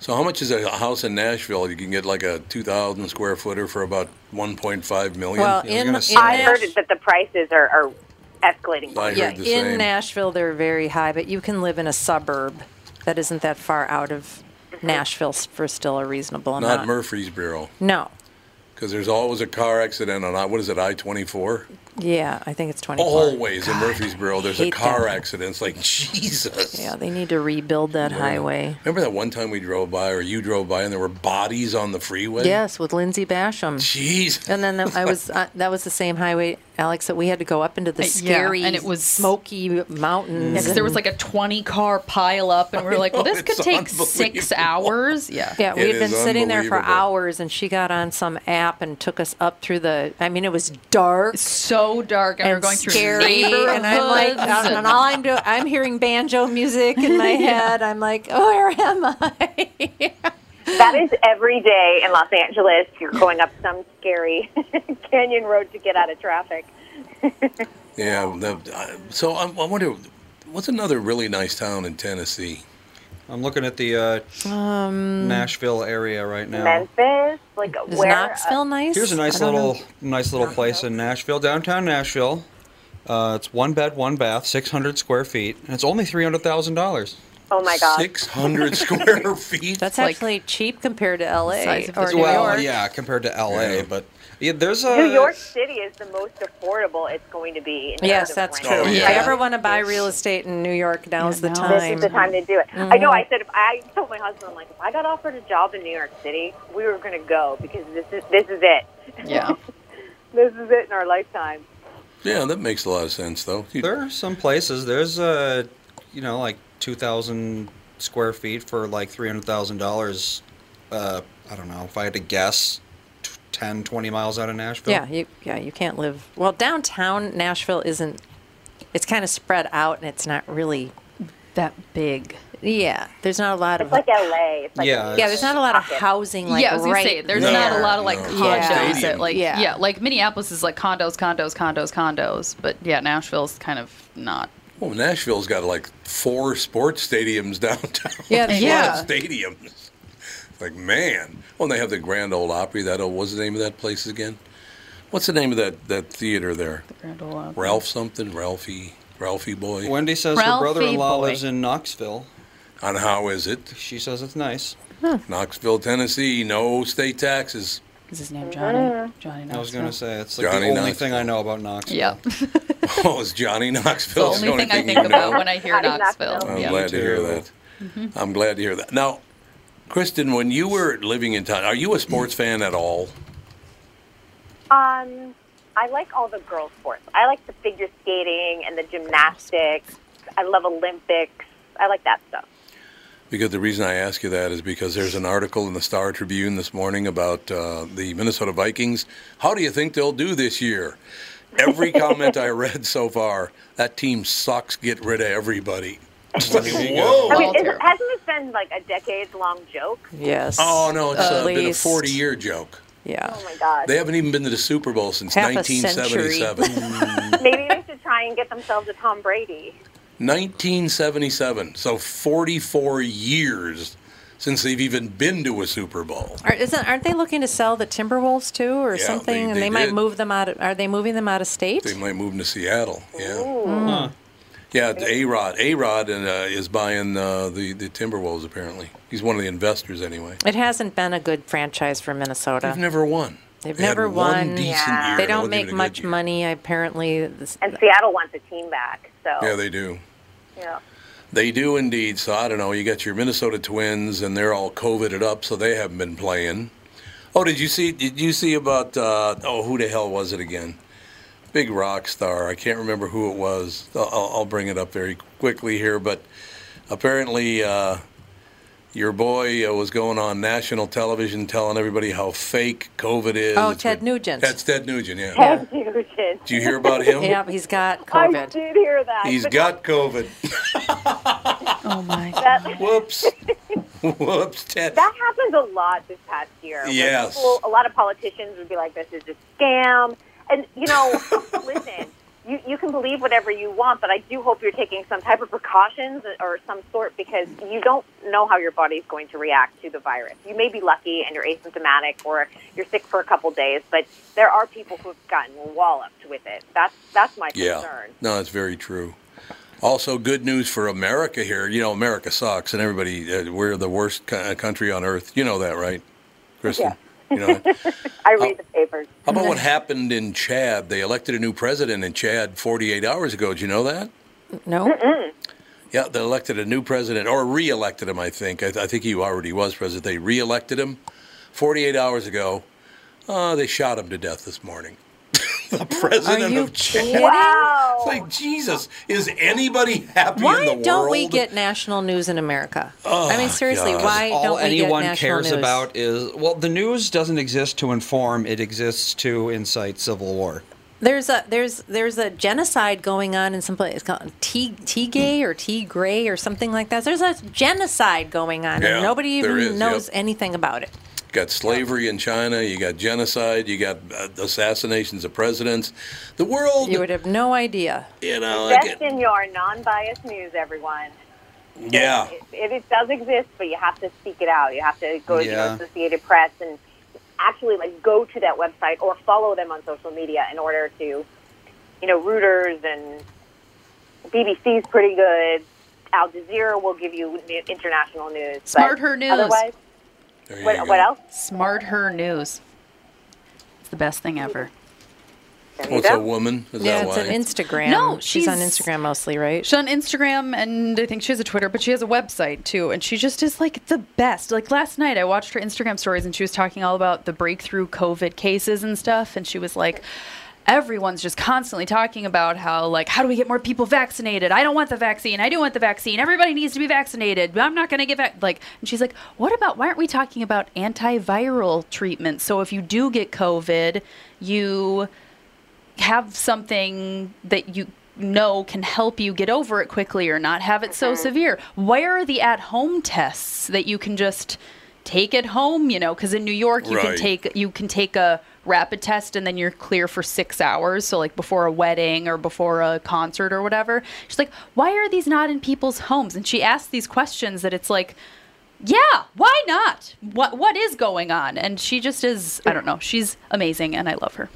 So how much is a house in Nashville? You can get like a 2,000 square footer for about 1.5 million.
I heard that the prices are, are escalating.
I heard
yeah,
the
in
same.
Nashville they're very high, but you can live in a suburb that isn't that far out of Nashville s- for still a reasonable amount.
Not Murfreesboro,
no.
because there's always a car accident on I- what is it I-24?
Yeah, I think it's 24.
Always in Murfreesboro, there's a
hate
car
that.
accident. It's like Jesus.
Yeah, they need to rebuild that highway.
Remember that one time we drove by, or you drove by, and there were bodies on the freeway?
Yes, with Lindsey Basham.
Jeez.
And then the, I was uh, that was the same highway, Alex, that we had to go up into the
Uh, yeah,
scary
and it was-
smoky mountains.
Mm.
Yeah, 'cause there was
and-
like a 20 car pile up, and we were like, well, this could take six hours. Yeah.
Yeah, we had
It
been
is
sitting there for
unbelievable.
hours, and she got on some app and took us up through the. I mean, it was dark,
so dark, and we were going through
scary, and I'm like,
neighborhoods
and all I'm doing, I'm hearing banjo music in my
Yeah.
head. I'm like, oh, where am I?
That is every day in Los Angeles. You're going up some scary canyon road to get out of traffic.
Yeah. the- I- so I, I wonder, what's another really nice town in Tennessee?
I'm looking at the uh,
Hmm.
Um,
Nashville area right now.
Memphis, like
Is
where?
Knoxville nice?
Here's a nice
I don't
little
know.
nice little place in Nashville, downtown Nashville. Uh, it's one bed, one bath, 600 square feet, and it's only $300,000.
Oh my God.
600 square feet.
That's
Like-
actually cheap compared to LA
Size of
or
the
New
well,
York.
yeah, compared to LA, but yeah, there's a
New York City is the most affordable it's going to be. In terms
Yes,
of
that's
rent.
true.
Oh,
If I ever want to buy real estate in New York, now's the
This
time. Mm-hmm.
is the time to do it. I know. I said if I told my husband, I'm like, if I got offered a job in New York City, we were going to go because this is this is it.
Yeah.
this is it in our lifetime.
Yeah, that makes a lot of sense, though.
There are some places. There's uh, you know, like two thousand square feet for like three hundred thousand dollars. Uh, I don't know. If I had to guess, t- 10, 20 miles out of Nashville.
Yeah, you yeah, you can't live well downtown Nashville isn't it's kind of spread out and it's not really
that big.
Yeah, there's not a lot
It's
of
like LA. It's like
yeah, there's not a lot of housing like
yeah, I was gonna
right
say there's
there.
not a lot of like
No. Yeah.
condos. That,
Stadium.
like
Yeah.
yeah. like Minneapolis is like condos, condos, condos, condos. But yeah, Nashville's kind of not.
Well, Oh, Nashville's got like four sports stadiums downtown.
Yeah,
There's
yeah.
A lot of stadiums. Like man, well, they have the Grand Ole Opry. That oh, what's the name of that place again? What's the name of that that theater there?
Grand uh, Ole Opry.
Ralph something. Ralphie. Ralphie boy.
Wendy says her
Ralphie
brother-in-law
boy.
lives in Knoxville.
And how is it?
She says it's nice.
Knoxville, Tennessee. No state taxes.
Is his name Johnny? Johnny
I was
Knoxville.
gonna say it's like
Johnny
the only
Knoxville.
thing I know about Knoxville.
Yeah.
Oh, it's Johnny Knoxville.
It's the only thing I
you
think about
know?
when I hear Knoxville.
I'm
Yeah. Mm-hmm.
glad to hear that. I'm glad to hear that. Now, Kristen, when you were living in town, are you a sports fan at all?
Um, I like all the girl sports. I like the figure skating and the gymnastics. I love Olympics. I like that stuff.
Because the reason I ask you that is because there's an article in the Star Tribune this morning about uh, the Minnesota Vikings. How do you think they'll do this year? Every comment I read so far, that team sucks. Get rid of everybody. It's like,
I mean, is, it- hasn't this been like a decades-long joke?
Yes.
Oh no, it's
At
uh, been a
least.
forty-year joke.
Yeah.
Oh my god!
They haven't even been to the Super Bowl since
Half a century.
1977.
Maybe they should try and get themselves a Tom Brady.
1977. So 44 years since they've even been to a Super Bowl.
Are, isn't, aren't they looking to sell the Timberwolves too, or
Yeah,
something?
they-
and
they
they, might
did.
move them out. Of, are they moving them out of state? Mm.
They might move to Seattle. Yeah.
Ooh.
Yeah, A Rod. A Rod uh, is buying uh, the, the Timberwolves, apparently. He's one of the investors, anyway.
It hasn't been a good franchise for Minnesota.
They've never won.
They've
They had
never
one
won.
decent
Yeah.
year, and
they
it
don't
wasn't
make
even a good
much
year.
money apparently. This-
And Seattle wants a team back, so
Yeah, they do.
yeah.
They do indeed. So I don't know. You got your Minnesota Twins, and they're all COVIDed up, so they haven't been playing. Oh, did you see? Did you see about? Uh, oh, who the hell was it again? Big rock star. I can't remember who it was. I'll- I'll, I'll bring it up very quickly here, but apparently. Uh, your boy uh, was going on national television telling everybody how fake COVID is.
Oh,
It's
Ted
rid-
Nugent.
That's Ted Nugent, yeah.
Ted Nugent.
Did you hear about him?
yeah, he's got
I
COVID.
did hear that.
He's
but
got COVID.
Oh my
that,
Whoops. Whoops, Ted.
that happens a lot this past year. where
Yes.
people- a lot of politicians would be like, "This is a scam," and you know, listen. You, you can believe whatever you want, but I do hope you're taking some type of precautions or some sort because you don't know how your body's going to react to the virus. You may be lucky and you're asymptomatic or you're sick for a couple days, but there are people who have gotten walloped with it. That's that's my
Yeah.
concern.
No, that's very true. Also, good news for America here. You know, America sucks, and everybody, uh, we're the worst co- country on earth. You know that, right, Kristen? You know that?
I read the papers.
How about what happened in Chad? They elected a new president in Chad 48 hours ago. Did you know that?
No,
Yeah, they elected a new president, or re-elected him, I think. I, I think he already was president. They re-elected him 48 hours ago. Uh, they shot him to death this morning. the president
you
of Chad.
kidding?
Wow.
It's like Jesus. Is anybody happy
why
in the world? Oh,
don't we get national news in America? I mean, seriously,
God.
why
all
don't we
anyone
get national
cares
news?
about is well, the news doesn't exist to inform; it exists to incite civil war.
There's a there's there's a genocide going on in some place. It's called T T gay or T gray or something like that. There's a genocide going on,
Yeah,
and nobody even
there is,
knows
yep.
anything about it.
You got slavery in China. You got genocide. You got uh, assassinations of presidents. The world,
You
you,
would have no idea.
know, I
Invest
get,
in your non-biased news, everyone.
yeah.
It, it, it does exist, but you have to seek it out. You have to go to
Yeah.
the Associated Press and actually like go to that website or follow them on social media in order to, you know, Reuters and BBC's pretty good. Al Jazeera will give you new- international news. but
Smarter news.
Otherwise,
There you go.
what, what else?
Smart her news. It's the best thing ever.
There you
What's Oh, a
go.
woman? Is
Yeah,
that
it's
why?
an Instagram.
No,
she's on
she's-
Instagram mostly, right?
She's on Instagram and I think she has a Twitter, but she has a website too. And she just is like the best. Like last night, I watched her Instagram stories and she was talking all about the breakthrough COVID cases and stuff. And she was like, everyone's just constantly talking about how, like, how do we get more people vaccinated? I don't want the vaccine. I do want the vaccine. Everybody needs to be vaccinated. but I'm not going to give it. Like, and she's like, what about, why aren't we talking about antiviral treatment? So if you do get COVID, you have something that you know can help you get over it quickly or not have it so severe. Where are the at home tests that you can just take at home, you know, cuz in New York you
Right.
can take you can take a rapid test and then you're clear for 6 hours, so like before a wedding or before a concert or whatever. She's like, "Why are these not in people's homes?" And she asks these questions that it's like yeah, why not? What what is going on? And she just is I don't know. She's amazing and I love her.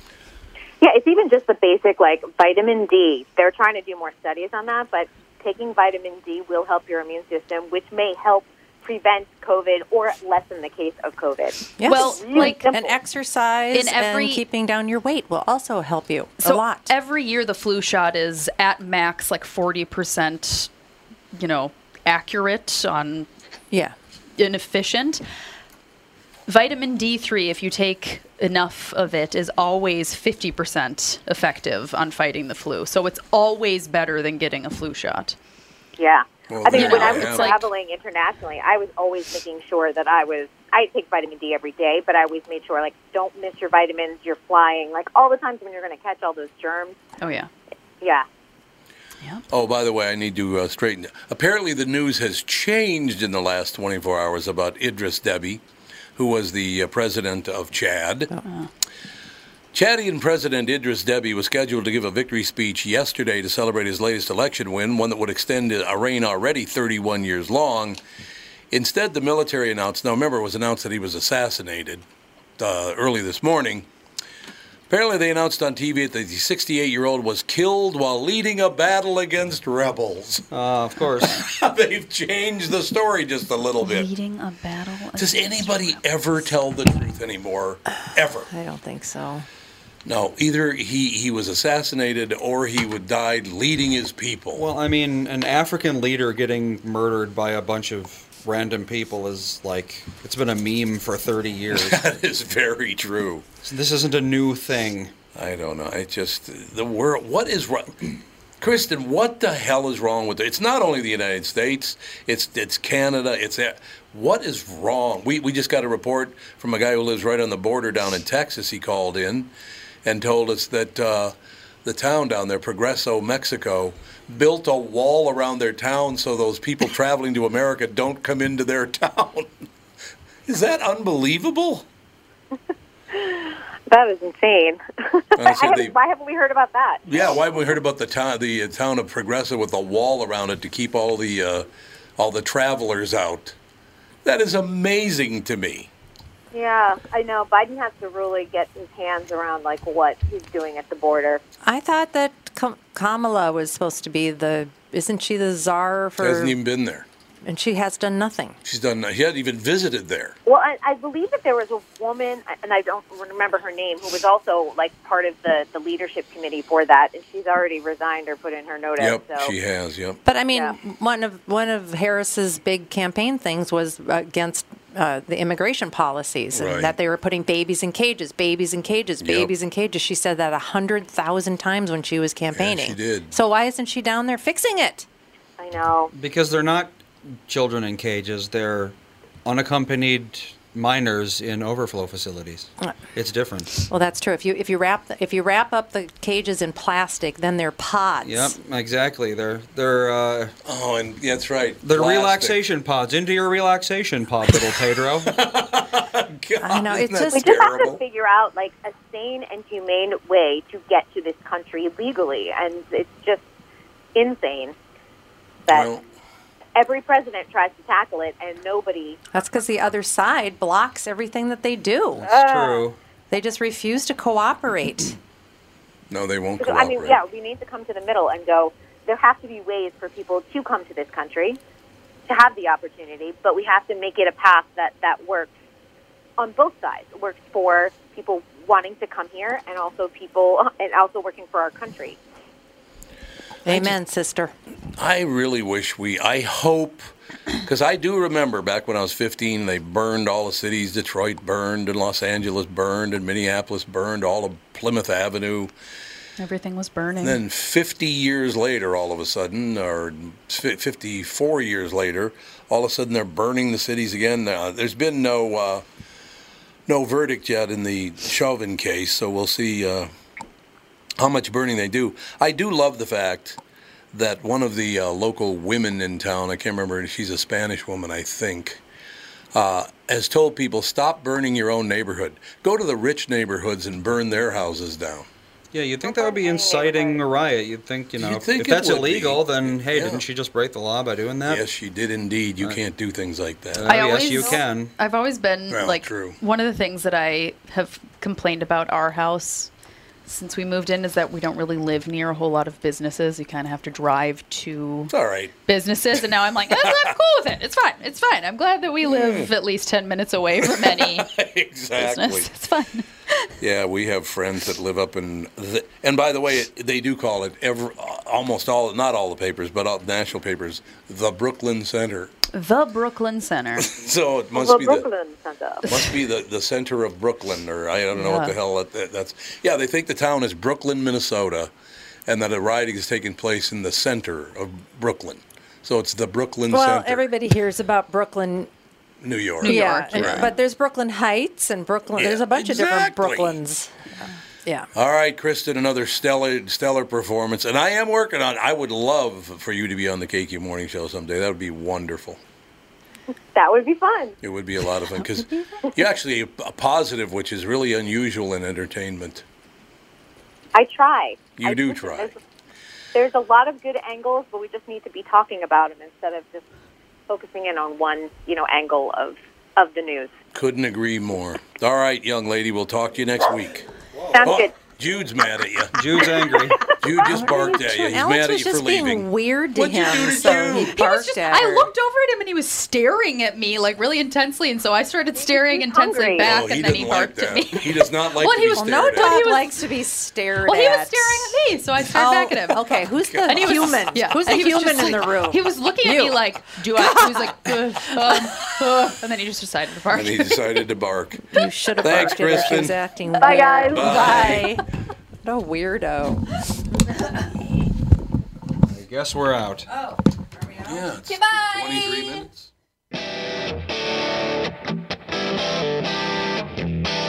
Yeah, it's even just the basic like vitamin D. They're trying to do more studies on that, but taking vitamin D will help your immune system, which may help prevent COVID or lessen the case of COVID.
Yes.
Well, like
and exercise
In every-
and keeping down your weight will also help you
so
a lot.
every year the flu shot is at max like 40% you know accurate on
yeah.
inefficient vitamin d3 if you take enough of it is always 50% effective on fighting the flu so it's always better than getting a flu shot
Yeah.
Well,
I mean,
there
when
you
I was
have it.
traveling internationally, I was always making sure that I was I take vitamin D every day, but I always made sure like don't miss your vitamins. You're flying like all the times when you're going to catch all those germs.
Oh yeah.
Yeah.
Oh, by the way, I need to uh, straighten. Apparently, the news has changed in the last 24 hours about Idris Deby, who was the uh, president of Chad. Chadian President Idris Deby was scheduled to give a victory speech yesterday to celebrate his latest election win, one that would extend a reign already 31 years long. Instead, the military announced, now remember, it was announced that he was assassinated uh, early this morning. Apparently, they announced on TV that the 68 year old was killed while leading a battle against rebels.
Uh, of course.
They've changed the story just a little bit.
Leading a battle.
Does anybody ever tell the truth anymore? Ever.
I don't think so.
No, either he, he was assassinated or he would died leading his people.
Well, I mean, an African leader getting murdered by a bunch of random people is like it's been a meme for 30 years.
that is very true.
this isn't a new thing.
I don't know. It just the world. What is wrong, Kristen? What the hell is wrong with it? It's not only the United States. It's it's Canada. It's a- what is wrong? We we just got a report from a guy who lives right on the border down in Texas. He called in, and told us that. Uh, the town down there, Progreso, Mexico, built a wall around their town so those people traveling to America don't come into their town. Is that unbelievable?
That is insane. I
said
haven't-
they-
why haven't we heard about that?
Yeah, why haven't we heard about the town, the uh, town of Progreso with a wall around it to keep all the uh, all the travelers out? That is amazing to me.
Yeah, I know. Biden has to really get his hands around like what he's doing at the border.
I thought that Ka- Kamala was supposed to be the. Isn't she the czar for?
Hasn't even been there.
and she has done nothing.
She's done. She hadn't even visited there.
Well, I, I believe that there was a woman, and I don't remember her name, who was also like part of the, the leadership committee for that, and she's already resigned or put in her notice.
Yep,
so.
she has. Yep.
But I mean, one of one of Harris's big campaign things was against uh, the immigration policies
Right.
and that they were putting babies in cages, babies in cages,
Yep.
babies in cages. She said that a hundred thousand times when she was campaigning.
did.
So why isn't she down there fixing it?
I know.
Because they're not children in cages, they're unaccompanied minors in overflow facilities. It's different.
Well, that's true. If you if you wrap the, if you wrap up the cages in plastic, then they're pods.
Yep, exactly. They're they're uh,
Oh, and that's right.
They're
Plastic.
relaxation pods. Into your relaxation pod, little Pedro.
I know it's
we
just
just have to figure out like a sane and humane way to get to this country legally, and it's just insane that
Well-
every president tries to tackle it, and nobody.
that's because the other side blocks everything that they do.
That's Ah.
Oh.
true.
They just refuse to cooperate.
No, they won't
So,
cooperate.
I mean, yeah, we need to come to the middle and go. There have to be ways for people to come to this country to have the opportunity, but we have to make it a path that that works on both sides. It works for people wanting to come here, and also people, and also working for our country.
Amen, sister.
I really wish we, I hope, because I do remember back when I was 15, they burned all the cities. Detroit burned, and Los Angeles burned, and Minneapolis burned, all of Plymouth Avenue.
Everything was burning.
And then 50 years later, all of a sudden, or fi- 54 years later, all of a sudden they're burning the cities again. Uh, there's been no uh, no verdict yet in the Chauvin case, so we'll see uh, how much burning they do. I do love the fact that one of the uh, local women in town, I can't remember, she's a Spanish woman, I think uh, has told people stop burning your own neighborhood. Go to the rich neighborhoods and burn their houses down.
yeah, you'd think that would be inciting a riot. You'd think, you know,
You'd think
if
it
that's
would
illegal,
be.
then hey,
Yeah.
didn't she just break the law by doing that? Uh,
Yes, she did indeed. You can't do things like that.
I Uh, yes, you can.
I've always been
Well,
like
true.
one of the things that I have complained about our house since we moved in is that we don't really live near a whole lot of businesses. You kind of have to drive to
It's all right.
businesses, and now I'm like, "That's- I'm cool with it. It's fine. It's fine. I'm glad that we live at least ten minutes away from any
exactly.
business. It's fine.
Yeah, we have friends that live up in, the, and by the way, it, they do call it ever, almost all, not all the papers, but all the national papers, the Brooklyn Center.
The Brooklyn Center.
So it must
the
be the
Brooklyn Center.
must be the, the center of Brooklyn, or I don't know what the
Yeah.
hell that, that, that's. Yeah, they think the town is Brooklyn, Minnesota, and that a rioting is taking place in the center of Brooklyn. So it's the Brooklyn
Well,
Center.
everybody hears about Brooklyn
New York.
yeah, and-
right.
but there's Brooklyn Heights and Brooklyn. there's
Yeah,
a bunch of different
exactly.
Brooklyns. Yeah.
All right, Kristen, another stellar stellar performance, and I am working on. I would love for you to be on the KQ Morning Show someday. That would be wonderful.
That would be fun.
It would be a lot of fun because you're actually a positive, which is really unusual in entertainment.
I try.
You
I-
do
listen,
try.
There's, there's a lot of good angles, but we just need to be talking about them instead of just focusing in on one, you know, angle of of the news.
Couldn't agree more. All right, young lady, we'll talk to you next week.
Sounds
Oh,
good.
Jude's mad at you.
Jude's angry.
Jude just barked at you. He's
Alex
mad at
was
you
just
for
being
leaving.
weird to
What'd you
him,
do to
so
Jude?
he
He was
barked
just,
at her.
I looked over at him and he was staring at me like really intensely, and so I started staring intensely
hungry.
back,
Oh,
and
he
then
doesn't
he
like
barked
that.
at me.
He does not like
Well,
to
he
be
was-
Well,
stared
no
at.
was-
dog likes to be stared
Well,
at.
he was staring at me, so I stared
Oh,
back at him.
Okay, who's the
And he was
human?
Yeah,
Who's the
and he was
human
just
in
like-
the room?
He was looking at me
You.
like, "Do I?" He was like, "Uh, uh, uh," and then he just decided to bark.
And he decided to bark.
You should have
Thanks,
barked at her. She was
Kristen.
acting
Bye, guys.
weird.
Bye.
Bye. What a weirdo.
I guess we're out.
Yeah, it's
Goodbye.
23 minutes.